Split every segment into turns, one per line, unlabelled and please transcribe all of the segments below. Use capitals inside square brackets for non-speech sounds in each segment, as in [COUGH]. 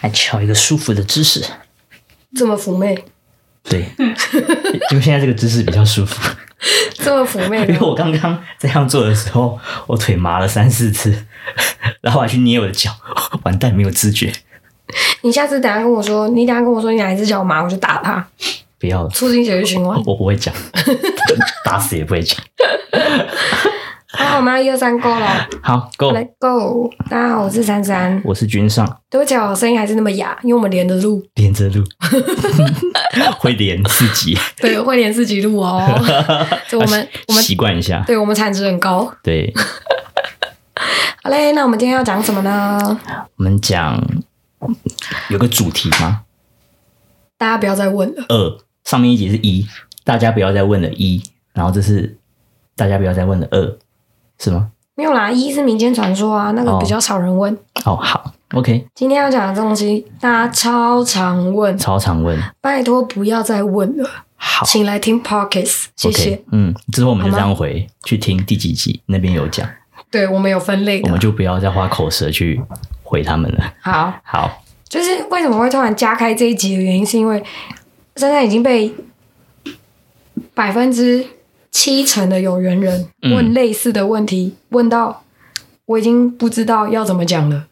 来瞧一个舒服的姿势。
这么
[LAUGHS]
妩媚，
对，因为现在这个姿势比较舒服，
这么妩媚
因为
的，
我刚刚这样做的时候，我腿麻了三四次，然后我还去捏我的脚，完蛋没有知觉，
你下次等下跟我说，你等下跟我说你哪一只脚麻，我就打他，
不要了，
促进血液循环。
我不会讲， [LAUGHS] 打死也不会讲。
好，我们要一二三，Go 了，
好，Go，
来 Go！大家好，我是珊珊。
我是君上，
对不起，啊我声音还是那么哑，因为我们连着录，
连着
[LAUGHS]
录，会连自己，
对，会连自己
[LAUGHS]
录哦。就我们我们
习惯一下。
对我们产值很高。
对，
好嘞，那我们今天要讲什么呢？
我们讲有个主题吗？
大家不要再问了，
二，上面一集是一，大家不要再问了一，然后这是大家不要再问了二，是吗？
没有啦，一是民间传说啊，那个
哦
比较少人问。
哦，好，OK，
今天要讲的东西，大家超常问，
超常问，
拜托不要再问了，
好
请来听 Pockets，谢谢。
，OK，嗯，之后我们就
好
这
吗
样回去听第几集，那边有讲，
对我们有分类
我
的
们。就不要再花口舌去回他们了。
好，
好，
就是为什么会突然加开这一集的原因，是因为珊珊已经被百分之七成的有缘人
嗯
问类似的问题，问到我已经不知道要怎么
[LAUGHS]
讲了，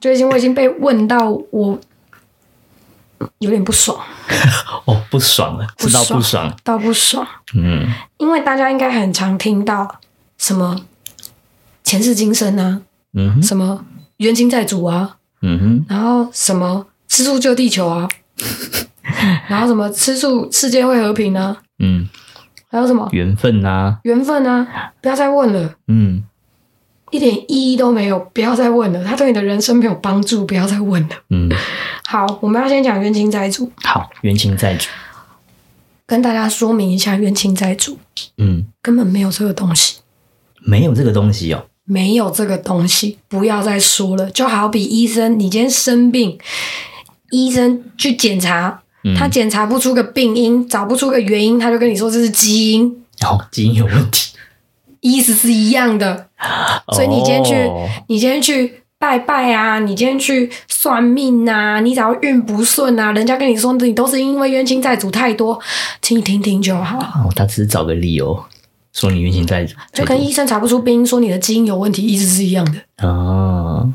就已经我已经被问到我有点不爽，
哦，不爽了，知道不爽，
到不爽，
嗯，
因为大家应该很常听到什么前世今生啊，
嗯哼，
什么冤亲债主啊，
嗯哼，
然后什么吃素救地球啊，然后什么吃素世界会和平啊，
嗯，
还有什么
缘分啊，
缘分啊，不要再问了，
嗯，
一点意义都没有，不要再问了，他对你的人生没有帮助，不要再问了。
嗯，
好，我们要先讲冤亲债主，
好，冤亲债主，
跟大家说明一下，冤亲债主
嗯，
根本没有这个东西。
没有这个东西哦，
没有这个东西，不要再说了。就好比医生，你今天生病，医生去检查，
嗯
他检查不出个病因，找不出个原因，他就跟你说这是基因，
然后哦基因有问题，
意思是一样的。所以你今天去
哦
你今天去拜拜啊，你今天去算命啊，你只要运不顺啊，人家跟你说你都是因为冤亲债主太多，请你听听就好。
哦，他只是找个理由说你冤亲债主，
嗯就跟医生查不出病因，说你的基因有问题，意思是一样的。
哦，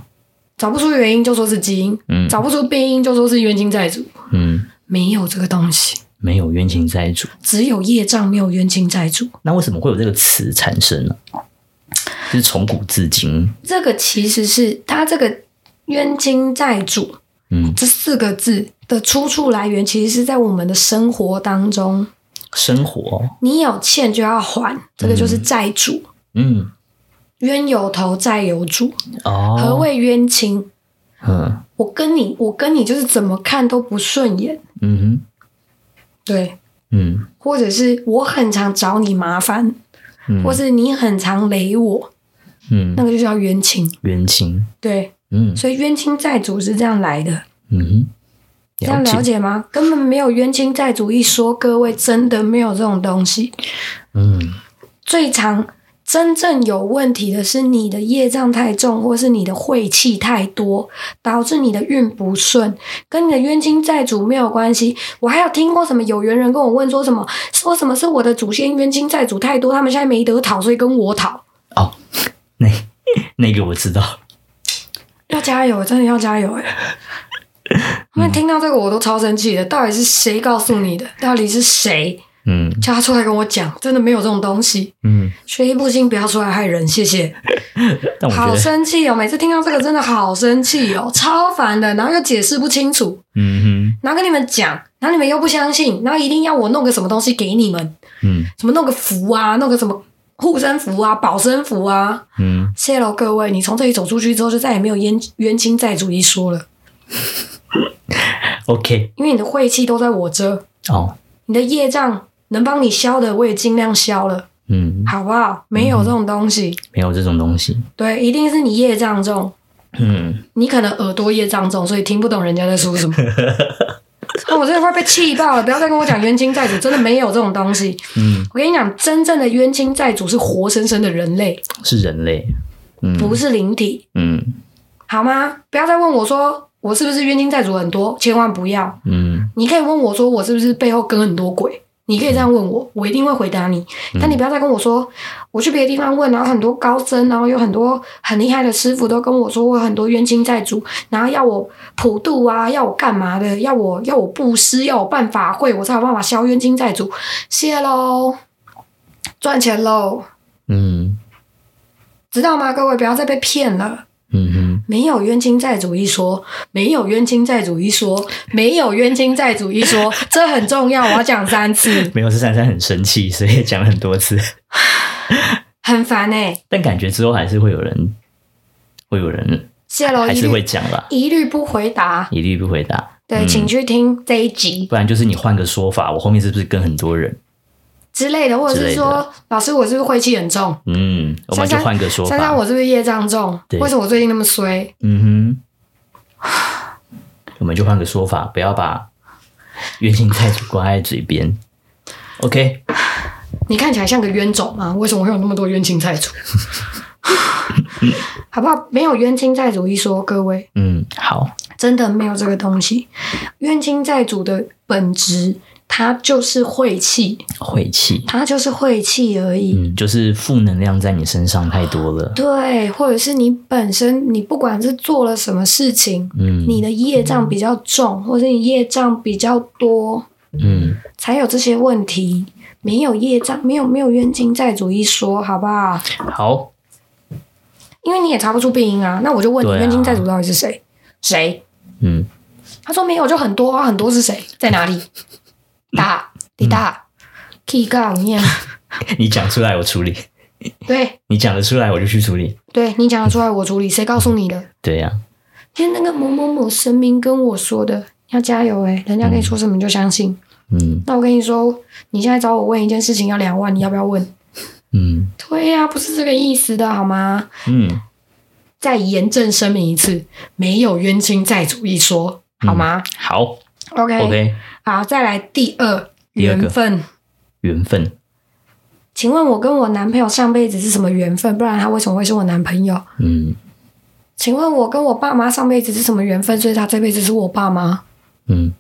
找不出原因就说是基因，
嗯
找不出病因就说是冤亲债主。
嗯，
没有这个东西，
没有冤亲债主，
只有业障，没有冤亲债主。
那为什么会有这个词产生呢？就是从古至今，
这个其实是它这个冤亲债主
嗯，
这四个字的出处来源，其实是在我们的生活当中，
生活，
你有欠就要还，这个就是债主。
嗯，
冤有头，债有主。
哦，
何？谓冤亲？
嗯
我跟你，我跟你就是怎么看都不顺眼，
嗯哼
对，
嗯
或者是我很常找你麻烦，
嗯
或是你很常雷我，
嗯，
那个就叫冤亲。
冤亲，
对，
嗯
所以冤亲债主是这样来的。
嗯
这样
哼，
了
了解，
解吗？根本没有冤亲债主一说，各位真的没有这种东西。
嗯
最常真正有问题的是你的业障太重，或是你的晦气太多，导致你的运不顺，跟你的冤亲债主没有关系。我还有听过什么有缘人跟我问说什么，说什么是我的祖先冤亲债主太多，他们现在没得讨，所以跟我讨。
哦，那那个我知道，
要加油，真的要加油哎！他们听到这个我都超生气的，到底是谁告诉你的？到底是谁？
嗯
叫他出来跟我讲，真的没有这种东西。
嗯，
学艺不精，不要出来害人，谢谢。
但我
好
觉得，
生气哦！每次听到这个真的好生气哦， [LAUGHS] 超烦的。然后又解释不清楚，
嗯
然后跟你们讲，然后你们又不相信，然后一定要我弄个什么东西给你们，
哼，嗯
什么弄个符啊，弄个什么护身符啊、保身符啊。
嗯，
谢喽，各位，你从这里走出去之后，就再也没有冤冤亲债主一说了，
OK，
因为你的晦气都在我这，
哦，
你的业障能帮你消的，我也尽量消了，
嗯，
好不好？没有这种东西。
没有这种东西，
对，一定是你业障重，
嗯，
你可能耳朵业障重，所以听不懂人家在
[LAUGHS]
说什么。哦我真的快被气爆了！不要再跟我讲冤亲债主，真的没有这种东西。
嗯，
我跟你讲，真正的冤亲债主是活生生的人类，
是人类，嗯
不是灵体，
嗯
好吗？不要再问我说我是不是冤亲债主很多？千万不要。
嗯，
你可以问我说我是不是背后跟很多鬼？你可以这样问我，我一定会回答你。但你不要再跟我说，我去别的地方问，然后很多高僧，然后有很多很厉害的师傅都跟我说，我有很多冤亲债主，然后要我普渡啊，要我干嘛的，要我要我布施，要我办法会，我才有办法消冤亲债主。谢喽，赚钱喽，
嗯
知道吗？各位不要再被骗了。
嗯哼，
没有冤亲债主一说，没有冤亲债主一说，没有冤亲债主一说， [LAUGHS] 这很重要，我要讲
[LAUGHS]
三次，
没有，是珊珊很生气，所以讲了很多次， [LAUGHS]
很烦哎、
但感觉之后还是会有人，会有人
谢喽，
还
一
是会
律
讲吧，
一律不回答。
一律不回答。
对，
嗯
请去听这一集
不然就是你换个说法，我后面是不是跟很多人？
之类的，或者
之
是
类的
说，老师，我是不是晦气很重？
嗯，我们
珊
就
珊
换个说
珊珊，
法。
我是不是业障重？
对
为什么我最近那么衰？
嗯哼，我们就换个说法，不要把冤亲债主挂在嘴边。OK，
你看起来像个冤种啊！为什么会有那么多冤亲债主？ [LAUGHS] 好不好？没有冤亲债主一说，各位。
嗯，好，
真的没有这个东西。冤亲债主的本质，它就是晦气，
晦气，
它就是晦气而已。
嗯，就是负能量在你身上太多了，
对，或者是你本身，你不管是做了什么事情，
嗯，
你的业障比较重，或者你业障比较多，
嗯，
才有这些问题。没有业障，没有没有冤亲债主一说，好不好？
好，
因为你也查不出病因啊。那我就问你，
对啊
冤亲债主到底是谁？谁？
嗯，
他说没有，就很多啊，很多是谁，在哪里？
嗯
大，李大，K 杠
[LAUGHS]
念，
你讲出来我处理，
对
你讲得出来我就去处理，
对，你讲得出来我处理，谁告诉你的？
对呀、
因为那个某某某神明跟我说的，要加油诶、人家跟你说什么你就相信。
嗯
那我跟你说，你现在找我问一件事情要两万，你要不要问？
嗯
对呀、不是这个意思的好吗？
嗯，
再严正声明一次，没有冤亲债主一说，好吗、
好
o k
嗯，OK，
好，再来第二
第二个
缘分。
缘分，
请问我跟我男朋友上辈子是什么缘分？不然他为什么会是我男朋友？
嗯
请问我跟我爸妈上辈子是什么缘分？所以他这辈子是我爸妈？
嗯，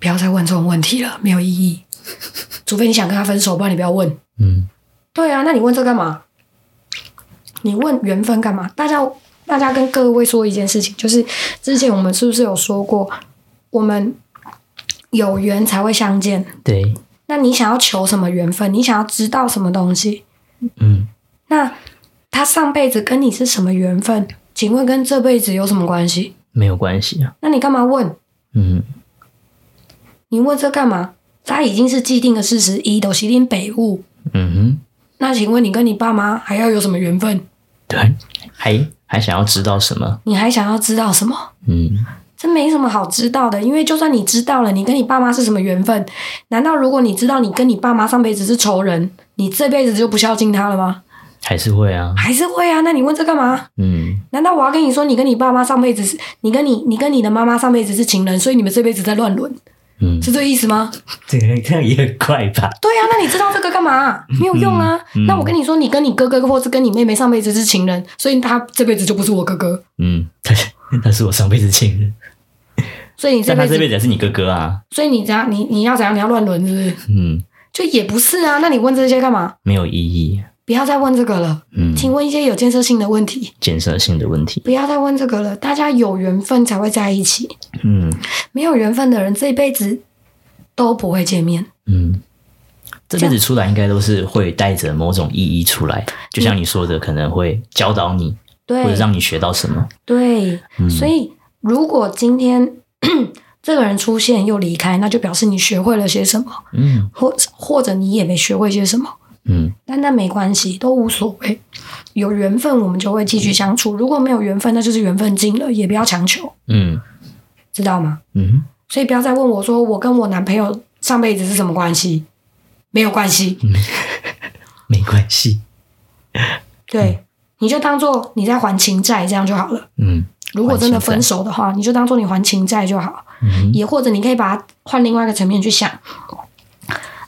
不要再问这种问题了，没有意义。 [LAUGHS] 除非你想跟他分手，不然你不要问。
嗯
对啊，那你问这干嘛？你问缘分干嘛？大家大家跟各位说一件事情，就是之前我们是不是有说过，我们有缘才会相见？
对，
那你想要求什么缘分？你想要知道什么东西？
嗯
那他上辈子跟你是什么缘分？请问跟这辈子有什么关系？
没有关系啊，
那你干嘛问？
嗯
你问这干嘛？他已经是既定的事实，一都是一定北误。
嗯哼。
那请问你跟你爸妈还要有什么缘分？
对，还还想要知道什么？
你还想要知道什么？
嗯
这没什么好知道的，因为就算你知道了，你跟你爸妈是什么缘分？难道如果你知道你跟你爸妈上辈子是仇人，你这辈子就不孝敬他了吗？
还是会啊，
还是会啊？那你问这干嘛？
嗯
难道我要跟你说，你跟你爸妈上辈子是，你跟你你跟你的妈妈上辈子是情人，所以你们这辈子在乱伦，
嗯，
是这意思吗？
这个这样也很怪吧？
对啊，那你知道这个干嘛？没有用啊。
嗯嗯
那我跟你说，你跟你哥哥或是跟你妹妹上辈子是情人，所以他这辈子就不是我哥哥，
嗯，他是他是我上辈子情人，
所以你这
但他
辈子，
这辈子还是你哥哥啊。
所以你怎样？你你要怎样？你要乱伦是不是？
嗯，
就也不是啊。那你问这些干嘛？
没有意义。
不要再问这个了，
嗯，
请问一些有建设性的问题。
建设性的问题。
不要再问这个了，大家有缘分才会在一起，
嗯
没有缘分的人这一辈子都不会见面。
嗯，这辈子出来应该都是会带着某种意义出来，就像你说的，可能会教导你，
对，
或者让你学到什么。
对，
嗯
所以如果今天 [COUGHS] 这个人出现又离开，那就表示你学会了些什么，
嗯
或或者你也没学会些什么。
嗯
但那没关系，都无所谓。有缘分我们就会继续相处，如果没有缘分，那就是缘分尽了，也不要强求，
嗯
知道吗？
嗯，
所以不要再问我说我跟我男朋友上辈子是什么关系，没有关系。
没关系。
对，你就当做你在还情债这样就好了。
嗯
如果真的分
还
手的话，你就当做你还情债就好。
嗯
也或者你可以把它换另外一个层面去想，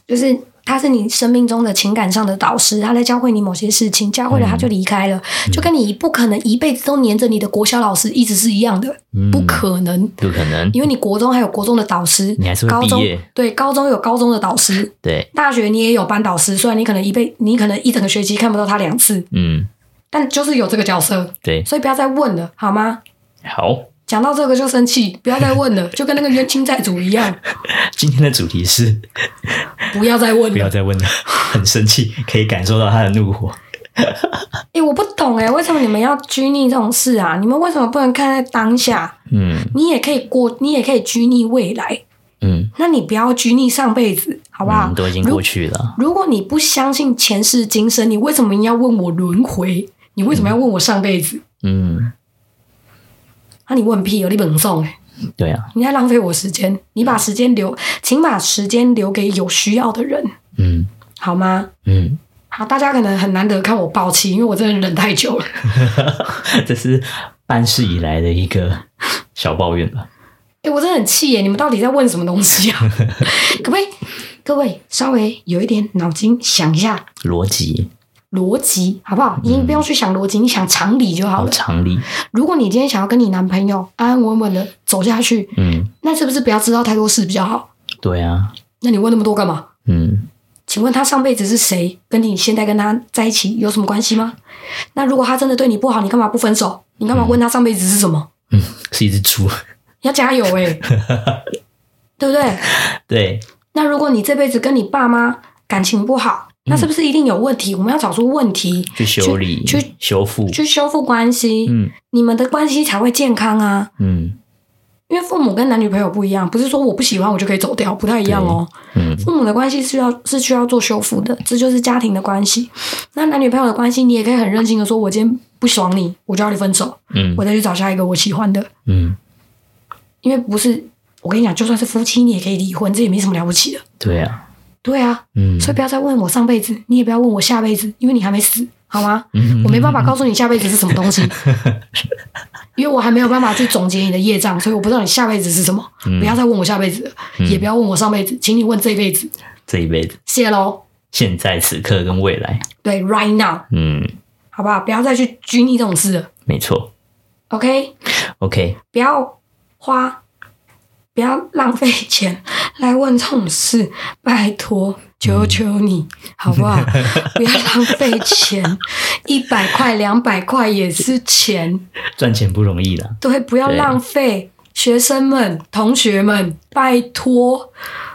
就是他是你生命中的情感上的导师，他在教会你某些事情，教会了他就离开了，
嗯
就跟你不可能一辈子都黏着你的国小老师一直是一样的，
嗯
不可能。
有可能，
因为你国中还有国中的导师，
你还是
高
会
中
毕业，
对高中有高中的导师，
对，
大学你也有班导师，虽然你可能一辈你可能一整个学期看不到他两次，
嗯，
但就是有这个角色，
对，
所以不要再问了，好吗？
好，
讲到这个就生气，不要再
[LAUGHS]
问了，就跟那个冤亲债主一样，
今天的主题 [LAUGHS] 是
不要再问
不要
了。
再问了，很生 [LAUGHS] 气，可以感受到他的怒火。
诶、哎我不懂诶、为什么你们要拘泥这种事啊？你们为什么不能看在当下？
嗯
你也可以过，你也可以拘泥未来，
嗯，
那你不要拘泥上辈子，好不好？
嗯都已经
如
过去了，
如果你不相信前世今生，你为什么要问我轮回？你为什么要问我上辈子？
嗯，
那、你问屁哦，你本送哎，
对啊，
你在浪费我时间。你把时间留，请把时间留给有需要的人，
嗯
好吗？
嗯， [LAUGHS]
好，啊大家可能很难得看我爆气，因为我真的忍太久了。 [LAUGHS]
这是办事以来的一个小抱怨吧。
哎、我真的很气耶！你们到底在问什么东西啊？ [LAUGHS] 可不可以，各位稍微有一点脑筋想一下
逻辑
逻辑，好不好？你不用去想逻辑，你想常理就好
好
了。
常理，
如果你今天想要跟你男朋友安安稳稳的走下去，
嗯，
那是不是不要知道太多事比较好？
对啊，
那你问那么多干嘛？
嗯
请问他上辈子是谁？跟你现在跟他在一起有什么关系吗？那如果他真的对你不好，你干嘛不分手？你干嘛问他上辈子是什么？
嗯，是一只猪， [LAUGHS]
要加油诶、对不对？
对，
那如果你这辈子跟你爸妈感情不
嗯
好，那是不是一定有问题？我们要找出问题，
去修理、
去去
修复，
去修复关系，
嗯
你们的关系才会健康啊。
嗯
因为父母跟男女朋友不一样，不是说我不喜欢我就可以走掉，不太一样哦。
嗯，
父母的关系是要是需要做修复的，这就是家庭的关系。那男女朋友的关系，你也可以很任性的说，我今天不爽你，我就要你分手，
嗯
我再去找下一个我喜欢的。
嗯，
因为不是，我跟你讲，就算是夫妻，你也可以离婚，这也没什么了不起的。
对啊，
对啊，
嗯，
所以不要再问我上辈子，你也不要问我下辈子，因为你还没死，好吗？
嗯
我没办法告诉你下辈子是什么东西， [LAUGHS] 因为我还没有办法去总结你的业障，所以我不知道你下辈子是什么。
嗯
不要再问我下辈子了，也不要问我上辈子，请你问这辈子，
这一辈子，
谢喽。
现在此刻跟未来，
对，right now，
嗯，
好不好？不要再去拘泥这种事了
没错
，OK？
，OK，
不要花，不要浪费钱 [LAUGHS] 来问这种事，拜托，求求你，好不好？不要浪费钱，一百块、两百块也是钱，
赚钱不容易的，
对，不要
对
浪费。学生们、同学们，拜托，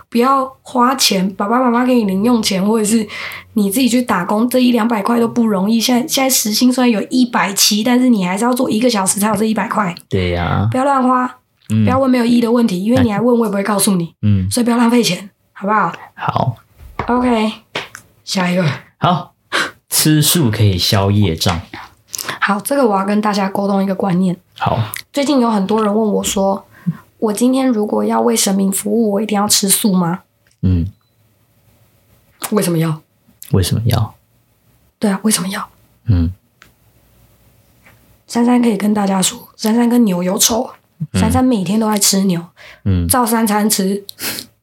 不要花钱，爸爸妈妈给你零用钱，或者是你自己去打工，这一两百块都不容易。现在现在时薪虽然有一百七，但是你还是要做一个小时才有这一百块，
对呀、啊，
不要乱花，
嗯
不要问没有意义的问题，因为你来问我也不会告诉你，
嗯，
所以不要浪费钱，好不好
好
？OK，下一个，
好，吃素可以消业障，
好，这个我要跟大家沟通一个观念。
好，
最近有很多人问我 [LAUGHS] 说，我今天如果要为神明服务，我一定要吃素吗？
嗯，
为什么要？
为什么要？
对啊，为什么要？
嗯，
珊珊可以跟大家说，珊珊跟牛有仇，珊珊每天都在吃牛，
嗯
照三餐吃。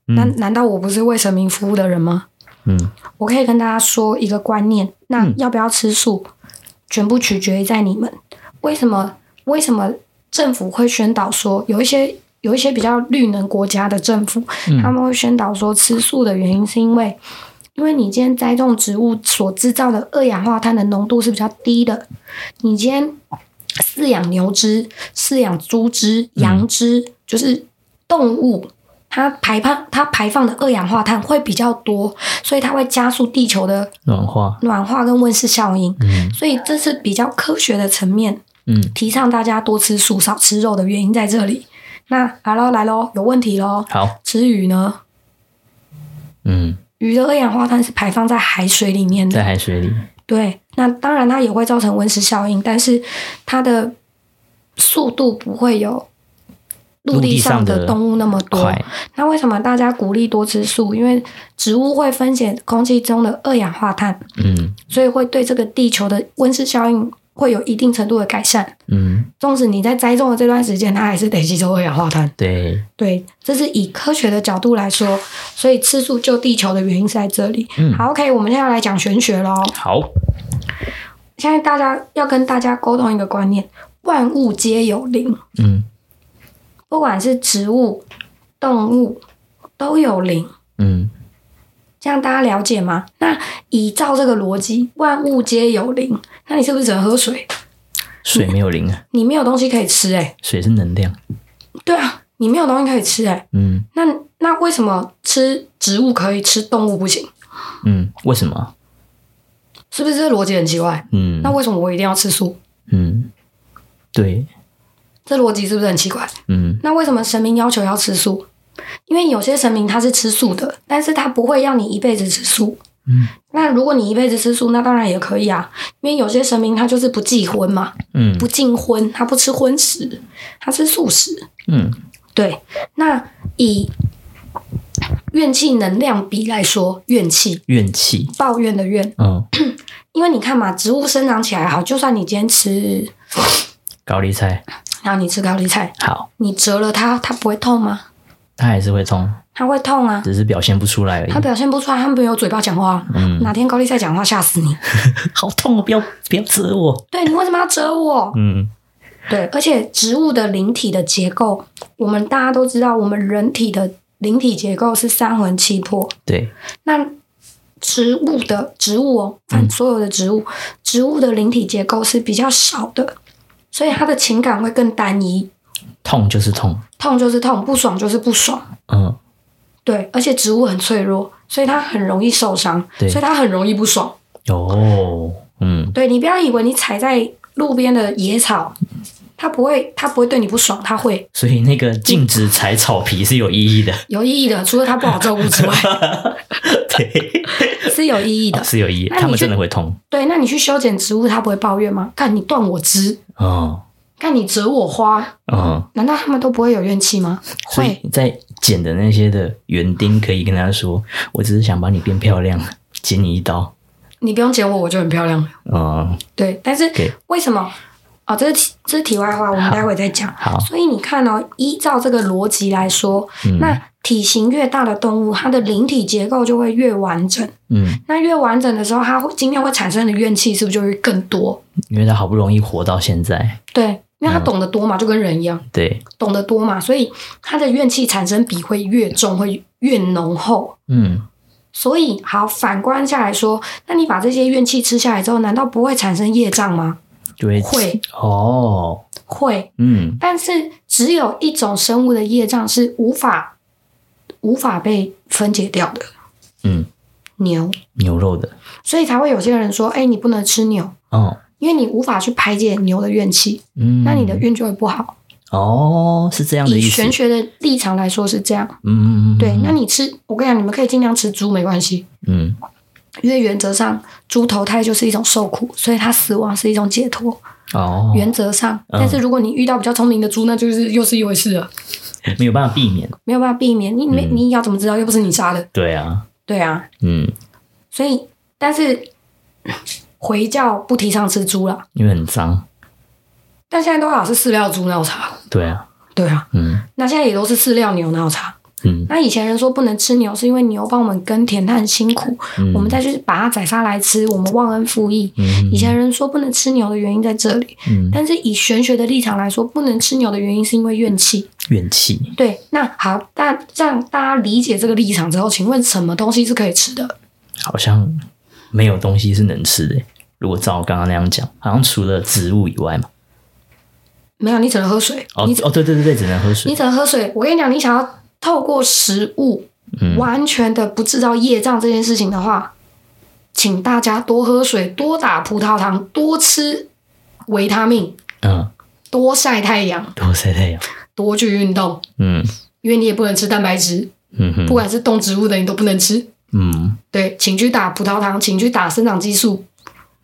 难难道我不是为神明服务的人吗？
嗯，
我可以跟大家说一个观念，那要不要吃素，全部取决于在你们。为什么？为什么政府会宣导说有一些有一些比较绿能国家的政府，
嗯
他们会宣导说吃素的原因是因为，因为你今天栽种植物所制造的二氧化碳的浓度是比较低的，你今天饲养牛只、饲养猪只、羊只，就是动物。它排放它排放的二氧化碳会比较多，所以它会加速地球的
软化，
暖化跟温室效应。
嗯
所以这是比较科学的层面，
嗯，
提倡大家多吃素、少吃肉的原因在这里。那来喽，来喽，有问题喽。
好，
吃鱼呢？
嗯，
鱼的二氧化碳是排放在海水里面
在
的，
海水里，
对。那当然它也会造成温室效应，但是它的速度不会有陆
陆地
地上
上的
的动物那么多。
快，
那为什么大家鼓励多吃素？因为植物会分解空气中的二氧化碳，
嗯
所以会对这个地球的温室效应会有一定程度的改善。
嗯，
纵使你在栽种的这段时间，它还是得吸收二氧化碳。
对，
对，这是以科学的角度来说，所以吃素救地球的原因是在这里。
嗯
好，OK，我们现在要来讲玄学喽。
好，
现在大家要跟大家沟通一个观念：万物皆有灵，
嗯
不管是植物、动物都有灵。
嗯
这样大家了解吗？那依照这个逻辑，万物皆有灵，那你是不是只能喝水？
水没有灵啊，
你没有东西可以吃、欸，诶，
水是能量，
对啊，你没有东西可以吃、欸，诶，
嗯
那那为什么吃植物可以，吃动物不行？
嗯，为什么？
是不是这个逻辑很奇怪？
嗯
那为什么我一定要吃素？
嗯，对，
这逻辑是不是很奇怪？
嗯
那为什么神明要求要吃素？因为有些神明他是吃素的，但是他不会要你一辈子吃素。
嗯，
那如果你一辈子吃素，那当然也可以啊，因为有些神明他就是不忌荤嘛，
嗯
不禁荤，他不吃荤食，他吃素食。
嗯
对，那以怨气能量比来说，怨气
怨气，
抱怨的怨，
嗯，
因为你看嘛，植物生长起来好，就算你今天吃，
高丽菜，
然后你吃高丽菜，
好，
你折了它，它不会痛吗？
它还是会痛，
它会痛啊，
只是表现不出来而已
它。表现不出来，它没有嘴巴讲话。
嗯，
哪天高丽菜讲话吓死你！ [LAUGHS]
好痛哦！不要不要折我。
对你为什么要折我？
嗯
对，而且植物的灵体的结构，我们大家都知道，我们人体的灵体结构是三魂七魄。，
对，
那植物的植物哦，
嗯
所有的植物，植物的灵体结构是比较少的，所以它的情感会更单一，
痛就是痛。
痛就是痛，不爽就是不爽。
嗯，
对，而且植物很脆弱，所以它很容易受伤，
对
所以它很容易不爽。
哦，嗯
对你不要以为你踩在路边的野草，它不会，它不会对你不爽，它会
所以那个禁止踩草皮是有意义的，
有意义的。除了它不好照顾
[LAUGHS]
之外，
对，
是有意义的。
[LAUGHS] 是有意义。
那你
他们
去
真的会痛。
对，那你去修剪植物，它不会抱怨吗？看你断我枝，
哦，
看你折我花，
嗯，
难道他们都不会有怨气吗？
所
会，
以在剪的那些的园丁可以跟他说，我只是想把你变漂亮， [LAUGHS] 剪你一刀。
你不用剪我，我就很漂亮了。
嗯，
对，但是
OK
为什么？哦，这是题这是题外话，我们待会再讲。
好，
所以你看哦，依照这个逻辑来说，
嗯
那体型越大的动物，它的灵体结构就会越完整。
嗯，
那越完整的时候，它会今天会产生的怨气是不是就会更多？
因为他好不容易活到现在，
对，因为它
嗯
懂得多嘛，就跟人一样，
对，
懂得多嘛，所以它的怨气产生比会越重，会越浓厚。
嗯，
所以好，反观下来说，那你把这些怨气吃下来之后，难道不会产生业障吗？
就会
会
哦，
会，
嗯，
但是只有一种生物的业障是无法无法被分解掉的，
嗯，
牛，
牛肉的，
所以才会有些人说，哎、你不能吃牛，
哦，
因为你无法去排解牛的怨气。
嗯，
那你的运就会不好。
哦是这样的
以
意思，
玄学的立场来说是这样，
嗯嗯嗯，
对。
嗯
那你吃，我跟你讲，你们可以尽量吃猪没关系，
嗯
因为原则上猪投胎就是一种受苦，所以它死亡是一种解脱，
哦，
原则上。
嗯
但是如果你遇到比较聪明的猪，那就是又是一回事了，
没有办法避免，
没有办法避免。你没
嗯
你要怎么知道？又不是你杀的，
对啊，
对啊。
嗯，
所以，但是回教不提倡吃猪啦，
因为很脏，
但现在都好是饲料猪，那有差？
对啊，
对啊，
嗯
那现在也都是饲料牛，那有差？
嗯
那以前人说不能吃牛，是因为牛帮我们耕田，它很辛苦，
嗯，
我们再去把它宰杀来吃，我们忘恩负义。
嗯
以前人说不能吃牛的原因在这里，
嗯
但是以玄学的立场来说，不能吃牛的原因是因为怨气。
怨气，
对，那好，那这样大家理解这个立场之后，请问什么东西是可以吃的？
好像没有东西是能吃的。如果照我刚刚那样讲，好像除了植物以外嘛，
没有，你只能喝水。
哦
你只
哦，对对对对，只能喝
你
水，
只能喝水。我跟你讲，你想要透过食物
嗯
完全的不制造业障这件事情的话，请大家多喝水，多打葡萄糖，多吃维他命，
嗯，
多晒太阳，
多晒太阳，
多去运动。
嗯
因为你也不能吃蛋白质，
嗯
不
哼，
管是动植物的你都不能吃。
嗯
对，请去打葡萄糖，请去打生长激素，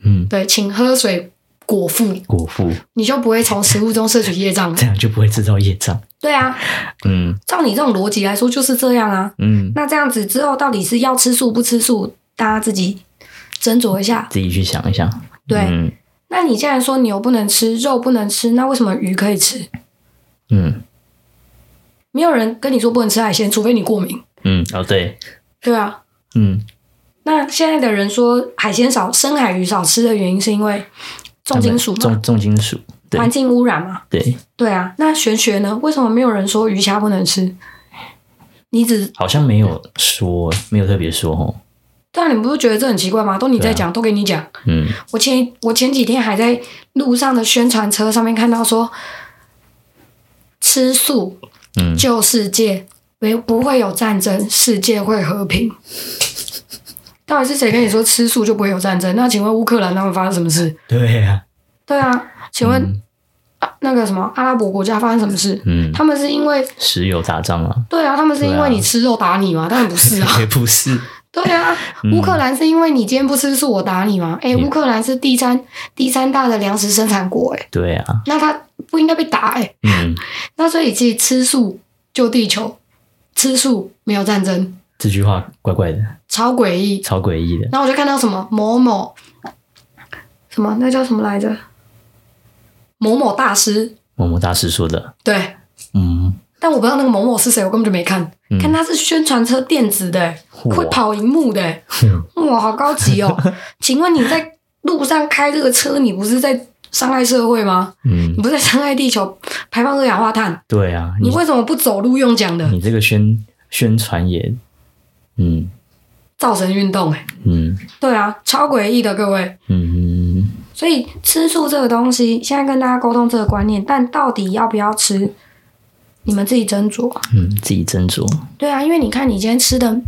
嗯，
对，请喝水果腹，
果腹
你就不会从食物中摄取业障了
这。样就不会制造业障，
对啊，
嗯
照你这种逻辑来说就是这样啊。
嗯，
那这样子之后到底是要吃素不吃素，大家自己斟酌一下。
自己去想一想，
对
嗯
那你既然说牛不能吃，肉不能吃，那为什么鱼可以吃？
嗯
没有人跟你说不能吃海鲜，除非你过敏，
嗯，哦对，
对啊。
嗯
那现在的人说海鲜少、深海鱼少吃的原因，是因为重金属嘛、
重重金属，对
环境污染嘛？
对，
对啊。那玄学呢？为什么没有人说鱼虾不能吃？你只
好像没有说，没有特别说哦，
对啊，你不是觉得这很奇怪吗？都你
啊
在讲，都给你讲。
嗯
我前我前几天还在路上的宣传车上面看到说，吃素
嗯，
救世界，没不会有战争，世界会和平。 [LAUGHS] 到底是谁跟你说吃素就不会有战争？那请问乌克兰他们发生什么事？
对呀、
对啊，请问、啊那个什么阿拉伯国家发生什么事？
嗯，
他们是因为
石油打仗啊，
对啊，他们是因
对啊
为你吃肉打你吗？当然不是
[LAUGHS]
啊，
也不是，
对啊，
嗯
乌克兰是因为你今天不吃素我打你吗？哎、乌克兰是第三第三大的粮食生产国、哎，
对啊，
那他不应该被打哎、
嗯，
那所以其实吃素救地球，吃素没有战争，
这句话怪怪的，
超诡异。
超诡异的，
然后我就看到什么某某什么那叫什么来着？某某大师
某某大师说的，
对，
嗯，
但我不知道那个某某是谁，我根本就没看。
嗯
看他是宣传车电子的、欸，
哇
会跑荧幕
[LAUGHS]
的、欸，哇，好高级哦！请问你在路上开这个车，你不是在伤害社会吗？
嗯
你，不是在伤害地球，排放二氧化碳？
对啊，
你
你
为什么不走路用讲的？
你这个宣宣传也，嗯
造成运动、欸，
嗯
对啊，超诡异的，各位。
嗯嗯
所以吃素这个东西，现在跟大家沟通这个观念，但到底要不要吃，你们自己斟酌。啊
嗯，自己斟酌，
对啊，因为你看你今天吃的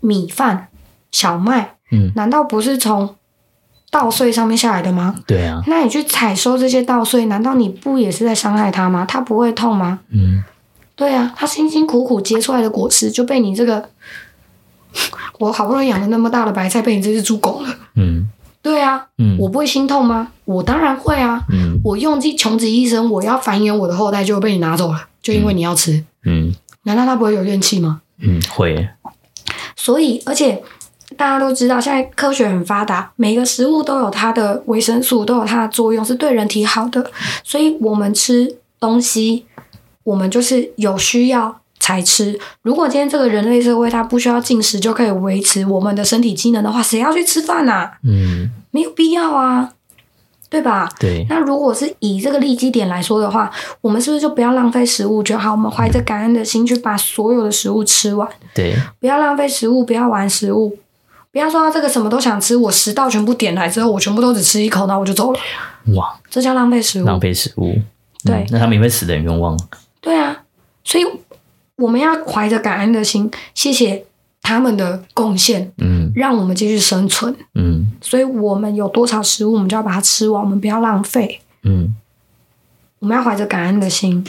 米饭、小麦，
嗯，
难道不是从稻穗上面下来的吗？
对啊，
那你去采收这些稻穗，难道你不也是在伤害它吗？它不会痛吗？
嗯，
对啊，它辛辛苦苦结出来的果实就被你这个，我好不容易养了那么大的白菜，被你这只猪拱了。
嗯
对啊，
嗯
我不会心痛吗？我当然会啊！
嗯
我用尽穷极一生，我要繁衍我的后代，就被你拿走了，就因为你要吃，
嗯
难道它不会有怨气吗？
嗯，会，
所以，而且大家都知道，现在科学很发达，每个食物都有它的维生素，都有它的作用，是对人体好的。所以我们吃东西，我们就是有需要才吃。如果今天这个人类社会它不需要进食就可以维持我们的身体机能的话，谁要去吃饭啊？
嗯，
没有必要啊，对吧？
对，
那如果是以这个利基点来说的话，我们是不是就不要浪费食物就好？我们怀着感恩的心去把所有的食物吃完。
对，
不要浪费食物，不要玩食物，不要说啊到这个什么都想吃，我十道全部点来之后，我全部都只吃一口，然后我就走了，
哇，
这叫浪费食物。
浪费食物，
对
嗯那他们也会死的很冤枉，
对啊，所以我们要怀着感恩的心，谢谢他们的贡献，
嗯
让我们继续生存。
嗯
所以我们有多少食物，我们就要把它吃完，我们不要浪费，
嗯
我们要怀着感恩的心。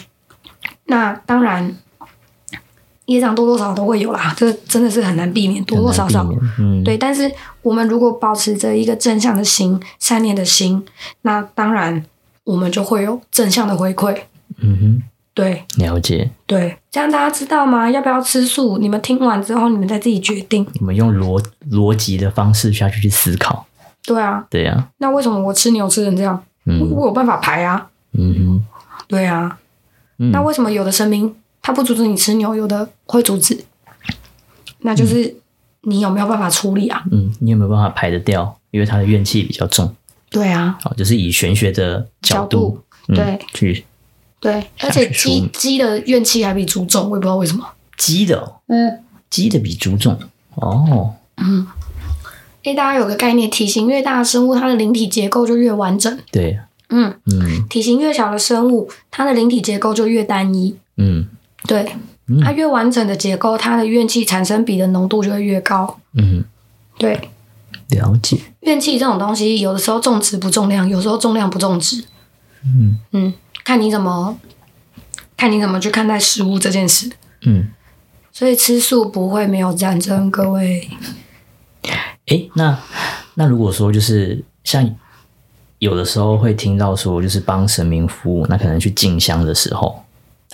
那当然。业障多多少少都会有啦，这真的是很难避免，多多少少。
很难避免嗯，
对，但是我们如果保持着一个正向的心、善念的心，那当然我们就会有正向的回馈。
嗯哼，
对
了解，
对，这样大家知道吗？要不要吃素？你们听完之后，你们再自己决定。
我们用逻逻辑的方式下去去思考，
对啊，
对啊，
那为什么我吃牛吃成这样？我
嗯
我有办法排啊。
嗯
对啊，
嗯
那为什么有的神明他不阻止你吃牛，有的会阻止？那就是你有没有办法处理啊？
哼，嗯，你有没有办法排得掉？因为他的怨气比较重，
对啊，
好，就是以玄学的角度，
角度
嗯
对
去
对，
下
而且
去处
鸡
理
鸡的怨气还比猪重，我也不知道为什么。
鸡的哦
嗯，
鸡的比猪重哦，
给大家有个概念，体型越大的生物，它的灵体结构就越完整。
对，
嗯，
嗯
体型越小的生物，它的灵体结构就越单一。
嗯
对，
嗯
它越完整的结构，它的怨气产生比的浓度就会越高。
嗯，
对，
了解，
怨气这种东西，有的时候重质不重量，有时候重量不重质。
嗯
嗯，看你怎么，看你怎么去看待食物这件事。
嗯，
所以吃素不会没有战争，各位。
诶，那那如果说就是像有的时候会听到说，就是帮神明服务，那可能去进香的时候，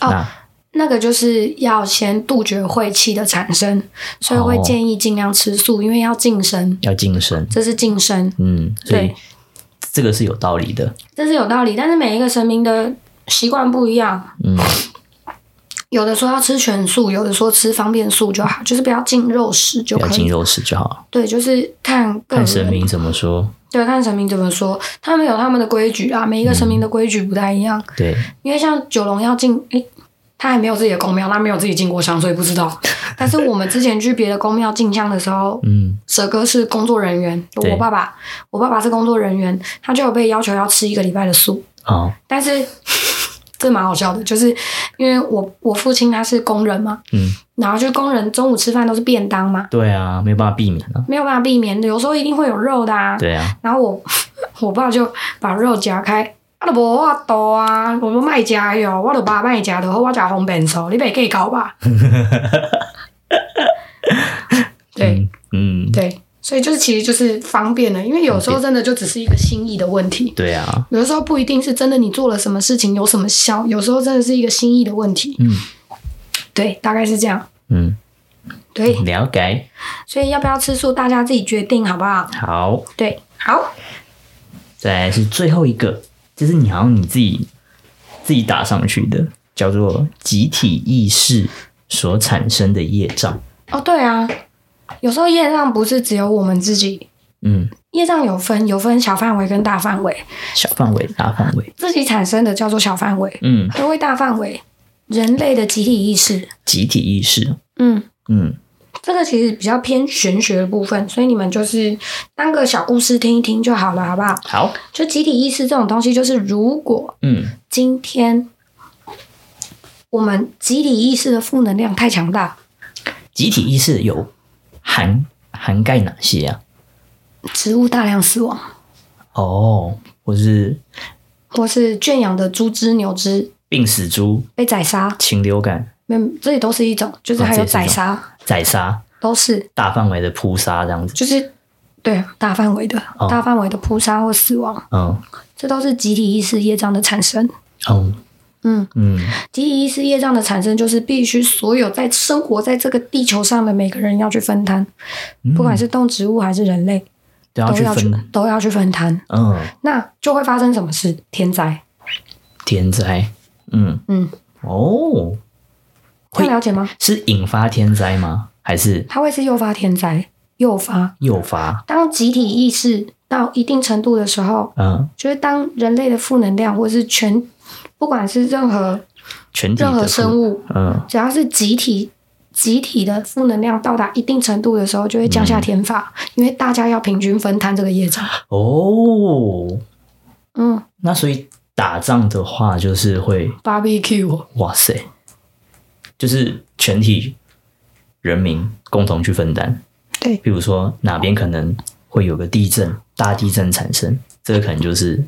哦
那
那个就是要先杜绝晦气的产生，所以会
哦
建议尽量吃素，因为要净身。
要净身，
这是晋升，
嗯，所以
对
这个是有道理的。
这是有道理。但是每一个神明的习惯不一样，
嗯，
有的说要吃全素，有的说吃方便素就好，就是不要进肉食就
不要
可
进
以。
肉食就好，
对，就是看个
看神
人，
明怎么说。
对，看神明怎么说，他们有他们的规矩啊，每一个神明的规矩不太一样。
对，
因为像九龙要进，诶、他还没有自己的宫庙，他没有自己进过香，所以不知道。但是我们之前去别的宫庙进香的时候，
嗯，
蛇哥是工作人员，
对
我爸爸，我爸爸是工作人员，他就有被要求要吃一个礼拜的素，
哦，
但是这蛮好笑的，就是因为我我父亲他是工人嘛，
嗯，
然后就工人中午吃饭都是便当嘛，
对啊，没有办法避免啊。
没有办法避免，有时候一定会有肉的啊。
对啊，
然后我 [LAUGHS] 我爸就把肉夹开，啊都无法度啊，我说卖食的哦，我都爸卖食就好，我食方便素，你袂计较吧？对
嗯，嗯，
对，所以就是其实就是方便了，因为有时候真的就只是一个心意的问题，
对啊，
有的时候不一定是真的你做了什么事情有什么效，有时候真的是一个心意的问题。
嗯
对，大概是这样。
嗯，
对，
了解。
所以要不要吃素，大家自己决定好不好？
好，
对，好，
再来是最后一个，就是你好像你自己自己打上去的，叫做集体意识所产生的业障。
哦，对啊，有时候业障不是只有我们自己，
嗯，
业障有分，有分小范围跟大范围，
小范围、大范围。
自己产生的叫做小范围，
嗯，
何谓大范围？人类的集体意识。
集体意识。
嗯，
嗯，
这个其实比较偏玄学的部分，所以你们就是当个小故事听一听就好了，好不好？
好。
就集体意识这种东西，就是如果
嗯
今天我们集体意识的负能量太强大，，
集体意识有涵涵盖哪些啊？
植物大量死亡，
哦，我是
或是圈养的猪只、牛只
病死猪、
被宰杀，
禽流感、
没有，这也都是一种，就是
哦
还
这
有
也是一种
宰杀，
宰杀、
都是。
大范围的扑杀这样子。
就是对大范围的、
哦
大范围的扑杀或死亡，
嗯
这都是集体意识业障的产生。
哦
嗯，
嗯
集体意识业障的产生就是必须所有在生活在这个地球上的每个人要去分摊，
嗯，
不管是动植物还是人类，
都要
都
去
要去
分，
都要去分摊。
嗯，
那就会发生什么事？天灾。
天灾，嗯
嗯，
哦，
会
会
了解吗？
是引发天灾吗？还是
它会是诱发天灾，诱发。
诱发？
当集体意识到一定程度的时候，
嗯，
就是当人类的负能量，或是全，不管是任何
全体
任何
的
生
物，
物，
嗯，
只要是集体集体的负能量到达一定程度的时候，就会降
嗯
下天罚，因为大家要平均分摊这个
[LAUGHS]
业障。
哦，
嗯
那所以打仗的话，就是会
，barbecue，
哇塞，就是全体人民共同去分担。
对
比如说哪边可能会有个地震，大地震产生，这个可能就是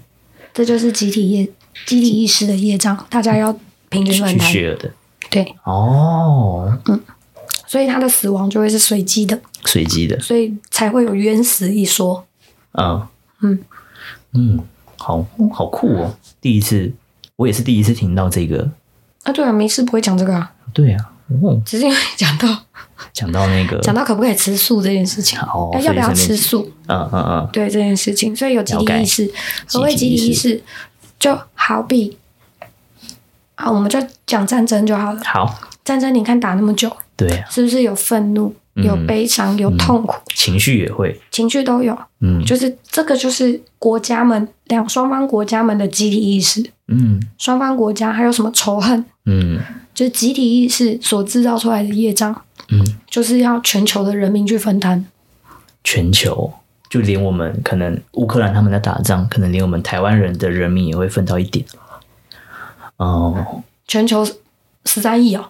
这就是集体业集体意识的业障，大家要平均分
去
摊。
学的
对，
哦，
所以他的死亡就会是随机的，
随机的，
所以才会有冤死一说。
嗯
嗯
嗯，好好酷哦！第一次，我也是第一次听到这个，
啊，对啊，没事不会讲这个啊，
对啊，哦，
只是因为讲到
嗯讲到那个，
讲到可不可以吃素这件事情，哎
哦
要要不要
所以这
吃
边
素？
嗯嗯嗯，
对这件事情，所以有集体意识。所谓集体意识，就好比啊，我们就讲战争就好了。
好，
战争你看打那么久，
对啊，
是不是有愤怒、有悲伤、有痛苦，
情绪也会，
情绪都有？
嗯
就是这个，就是国家们两双方国家们的集体意识，
嗯
双方国家还有什么仇恨，
嗯
就是集体意识所制造出来的业障，
嗯，
就是要全球的人民去分摊。
全球，就连我们可能乌克兰他们在打仗，可能连我们台湾人的人民也会分到一点。哦，
全球十三亿哦，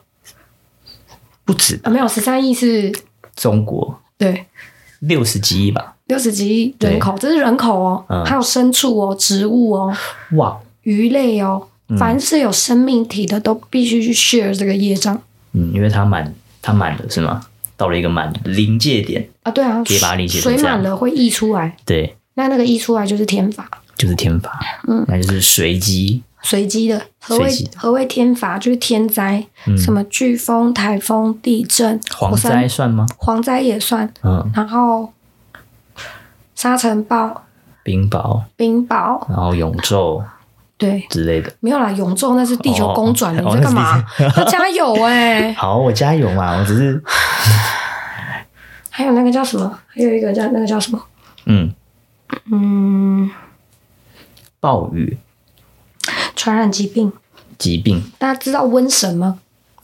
不止吧
啊没有十三亿是，
中国
对，
六十几亿吧？
六十几亿人口，这是人口哦，
嗯
还有牲畜哦、植物哦、
哇，
鱼类哦，
嗯
凡是有生命体的都必须去 share 这个业障
嗯，因为它满，它满了是吗？到了一个满临界点，
啊。对啊，
可以把它理解成
水
这样
满了会溢出来，
对，
那那个溢出来就是天罚，
就是天罚，嗯，那就是随机，
随机的。何谓
随机的嗯
何谓天罚？就是天灾，什么飓风、台风、地震、
蝗
火
灾
山、
算吗？
蝗灾也算，
嗯，
然后沙尘暴、
冰雹，
冰雹，
然后永昼
对，
之类的。
没有啦，永昼那是地球公转，
哦
你在干嘛？要加油哎、
好，我加油嘛！我只是
还有那个叫什么？还有一个叫那个叫什么？
嗯，
嗯，
暴雨
传染疾病，
疾病，
大家知道瘟神吗？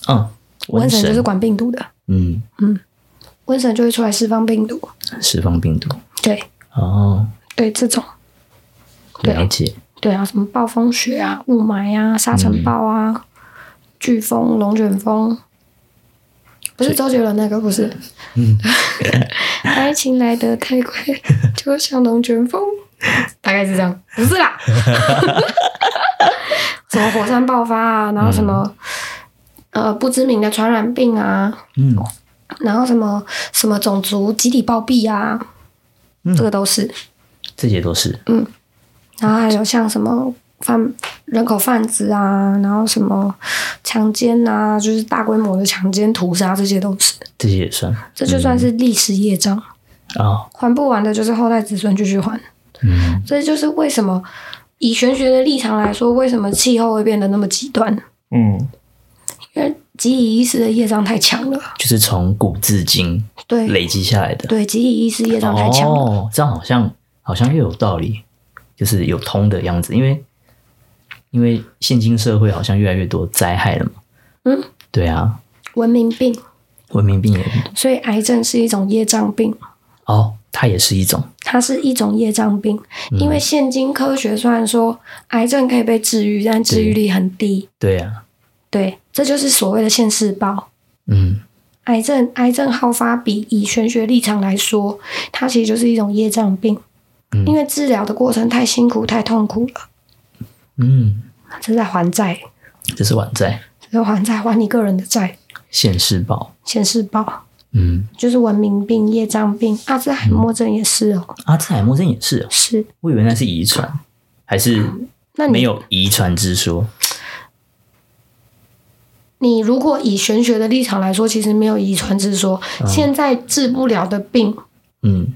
嗯，瘟
神就是
神，
管病毒的，
嗯，
瘟神就会出来释放病毒。
释放病毒。
对
哦，
对，这种对
了解。
对啊，什么暴风雪啊、雾霾啊、沙尘暴啊、飓风、龙卷风，不是周杰伦那个，不是。 [LAUGHS] 爱情来得太快，就像龙卷风，大概是这样。不是啦，什么火山爆发啊，然后什么、呃不知名的传染病啊，
嗯，
然后什么什么种族集体暴毙啊，
嗯
这个都是。
这些都是
嗯然后还有像什么贩人口贩子啊，然后什么强奸啊，就是大规模的强奸、屠杀这些都是，
这些也算
这就算是历史业障，
哦，
还不完的就是后代子孙继续还。
嗯，
这就是为什么以玄学的立场来说，为什么气候会变得那么极端，
嗯，
因为集体意识的业障太强了。
就是从古至今
对
累积下来的。
对，集体意识业障太强了。
哦，这样好像好像又有道理，就是有通的样子，因为因为现今社会好像越来越多灾害了嘛。
嗯，
对啊，
文明病，
文明病也
所以癌症是一种业障病。
哦，它也是一种
它是一种业障病，因为现今科学虽然说癌症可以被治愈，但治愈率很低。
对啊，
对，这就是所谓的现世报。
嗯
癌症，癌症好发比以玄学立场来说，它其实就是一种业障病，
嗯
因为治疗的过程太辛苦、太痛苦了，
嗯，
这是在还债，
这是晚在
这是还债，还你个人的债。
现世报，
现世报
嗯，
就是文明病、业障病，啊阿兹海默症也是哦，
阿兹海默症也是哦，
是。
我以为那是遗传，还是
那
没
你
有遗传之说，
你如果以玄学的立场来说，其实没有遗传之说，现在治不了的病
嗯，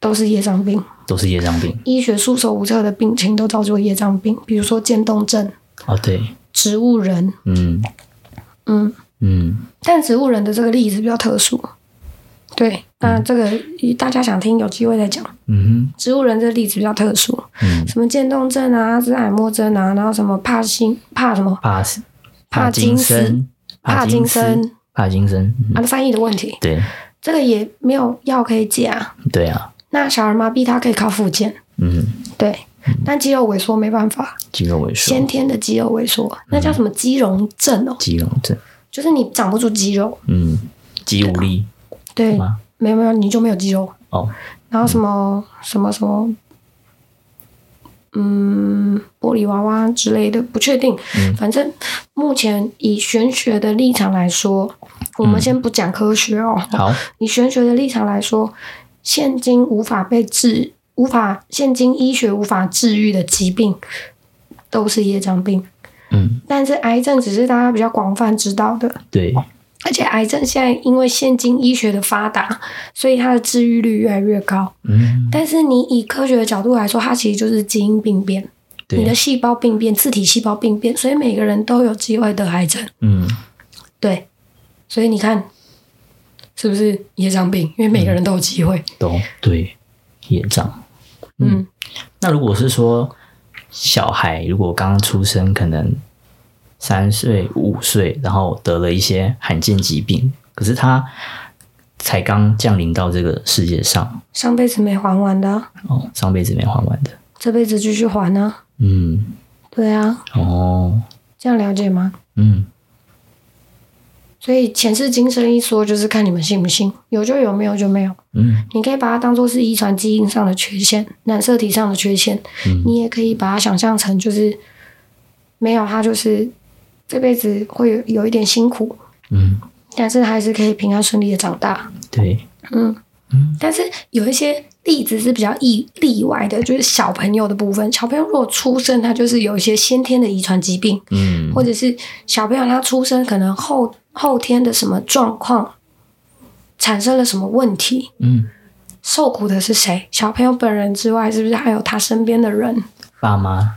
都是业障病，
都是业障病
医学束手无策的病情都叫做业障病，比如说渐冻症、
哦，对，
植物人，
嗯
嗯，
嗯，
但植物人的这个例子比较特殊。对，那这个大家想听，有机会再讲。
嗯
植物人这个例子比较特殊，
哼，嗯，
什么渐冻症啊、阿兹海默症啊，然后什么帕辛帕什么
帕斯
帕金斯
森，
帕金森
帕金森，嗯
啊，翻译的问题，
对
这个也没有药可以解啊。
对啊，
那小儿麻痹它可以靠复健，
嗯，哦
对，但肌肉萎缩没办法，
肌肉萎缩，
先天的肌肉萎
嗯
缩，那叫什么肌溶症哦，
肌肉症，
就是你长不出肌肉，
嗯，肌无力
对，
吗？
没有没有，你就没有肌肉，
哦，
然后什么、什么什么，嗯，玻璃娃娃之类的，不确定，
嗯
反正目前以玄学的立场来说，
嗯
我们先不讲科学哦，
好，
以玄学的立场来说，现今无法被治。无法，现今医学无法治愈的疾病，都是业障病。
嗯，
但是癌症只是大家比较广泛知道的，
对，
而且癌症现在因为现今医学的发达，所以它的治愈率越来越高。
嗯，
但是你以科学的角度来说，它其实就是基因病变，你的
对，
细胞病变、自体细胞病变，所以每个人都有机会得癌症。
嗯，
对，所以你看，是不是也长病？因为每个人都有机会。
懂，对，业障。
嗯，
那如果是说小孩如果刚出生，可能三岁五岁，然后得了一些罕见疾病，可是他才刚降临到这个世界上，
上辈子没还完的啊，
哦，上辈子没还完的，
这辈子继续还呢、
嗯，
对啊，
哦，
这样了解吗？
嗯，
所以前世今生一说，就是看你们信不信，有就有，没有就没有。
嗯，
你可以把它当做是遗传基因上的缺陷、染色体上的缺陷，
嗯
你也可以把它想象成就是没有它，就是这辈子会有有一点辛苦，
嗯，
但是还是可以平安顺利的长大。
对，
嗯
嗯，
但是有一些例子是比较意例外的，就是小朋友的部分。小朋友如果出生他就是有一些先天的遗传疾病，
嗯，
或者是小朋友他出生可能后后天的什么状况产生了什么问题，
嗯，
受苦的是谁？小朋友本人之外，是不是还有他身边的人？
爸妈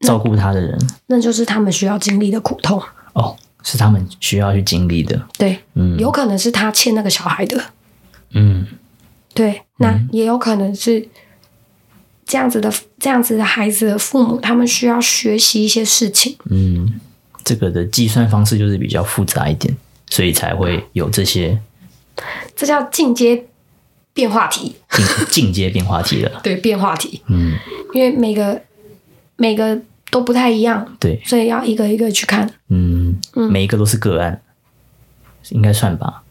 照顾他的人，
那就是他们需要经历的苦痛。啊
哦，是他们需要去经历的。
对，
嗯
有可能是他欠那个小孩的，
嗯，
对，那也有可能是这样子的，这样子的孩子的父母，他们需要学习一些事情。
嗯，这个的计算方式就是比较复杂一点，所以才会有这些
这叫进阶变化题，
进进阶变化题 [LAUGHS] 了。
对，变化题，
嗯，
因为每个每个都不太一样，
对，
所以要一个一个去看。
嗯，每一个都是个案，应该算吧。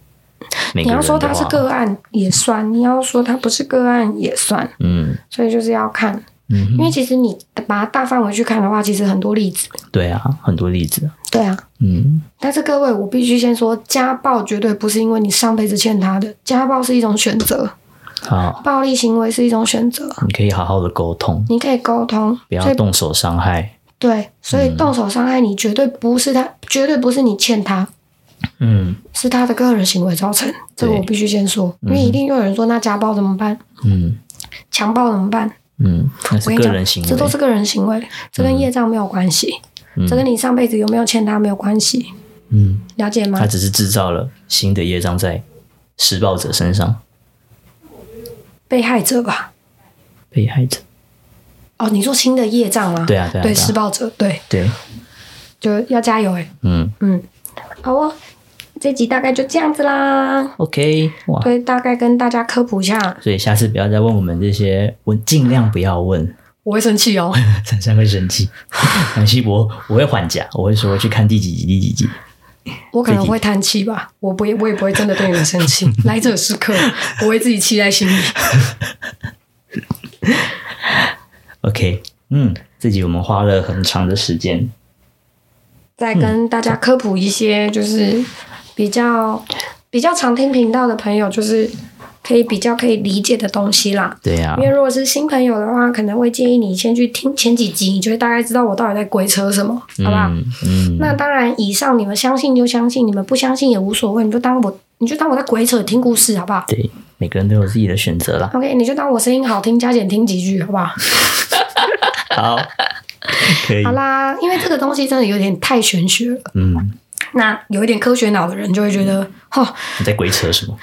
每
你
个人啊
要
的
说它是
话，
个案也算，你要说它不是个案也算，
嗯
所以就是要看，
嗯
因
哼，
为其实你把它大范围去看的话，其实很多例子。
对啊，很多例子，
对啊，
嗯，
但是各位，我必须先说，家暴绝对不是因为你上辈子欠他的，家暴是一种选择，
好，
暴力行为是一种选择，
你可以好好的沟通，
你可以沟通，
不
所
要嗯
以
动手伤害。
对，所以动手伤害你绝对不是他，绝对不是你欠他，
嗯
是他的个人行为造成。这个
对
我必须先说，因为一定又有人说，那家暴怎么办？
嗯
强暴怎么办？
嗯，那
我
是
跟你
个
讲
人，行为
这都是个人行为，这跟业障没有关系，
嗯
这跟你上辈子有没有欠他没有关系，
嗯，
了解吗
他？只是制造了新的业障在施暴者身上，
被害者吧？
被害者。
哦，你说新的业障吗？
对啊对啊
对，
对啊
施暴者，对，
对，
就要加油哎、
嗯
嗯，好哦，这集大概就这样子啦，
，OK，哇，
对，大概跟大家科普一下，
所以下次不要再问我们这些，我尽量不要问， [LAUGHS]
我会生气哦。
珊珊会生气。 [LAUGHS] 杨希博，我会缓夹，我会说去看第几集，第几集。
我可能会叹气吧，我不也我也不会真的对你们生
[LAUGHS]
气。来者是客，我会自己气在心里。
OK，嗯，这集我们花了很长的时间，
再跟大家科普一些，就是比较比较常听频道的朋友，就是可以比较可以理解的东西啦。
对啊呀、
因为如果是新朋友的话，可能会建议你先去听前几集，你就会大概知道我到底在鬼扯什么，好不好？
嗯嗯，
那当然，以上你们相信就相信，你们不相信也无所谓，你就当我你就当我在鬼扯听故事，好不好
对，每个人都有自己的选择啦。
？OK，你就当我声音好听，加减听几句，好不好？ [LAUGHS]
好，可以
好，啦，因为这个东西真的有点太玄学了，
嗯，
那有一点科学脑的人就会觉得， [LAUGHS] 哈
你在鬼扯什么？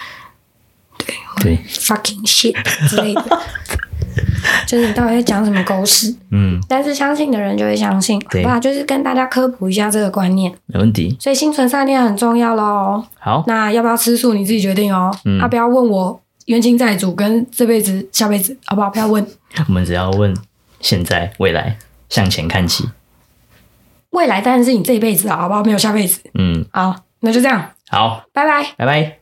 对对，
，fucking shit 之类的， [LAUGHS] 就是你到底在讲什么狗屎？
嗯，
但是相信的人就会相信，好
对
不好？就是跟大家科普一下这个观念，
没问题。
所以心存善念很重要喽。
好，
那要不要吃素，你自己决定哦。
嗯
啊，不要问我冤亲债主跟这辈子、下辈子，好不好？不要问
我们只要问现在、未来，向前看齐。
未来，当然是你这一辈子啊，好不好？没有下辈子。
嗯，
好，那就这样，
好，
拜拜。
拜拜。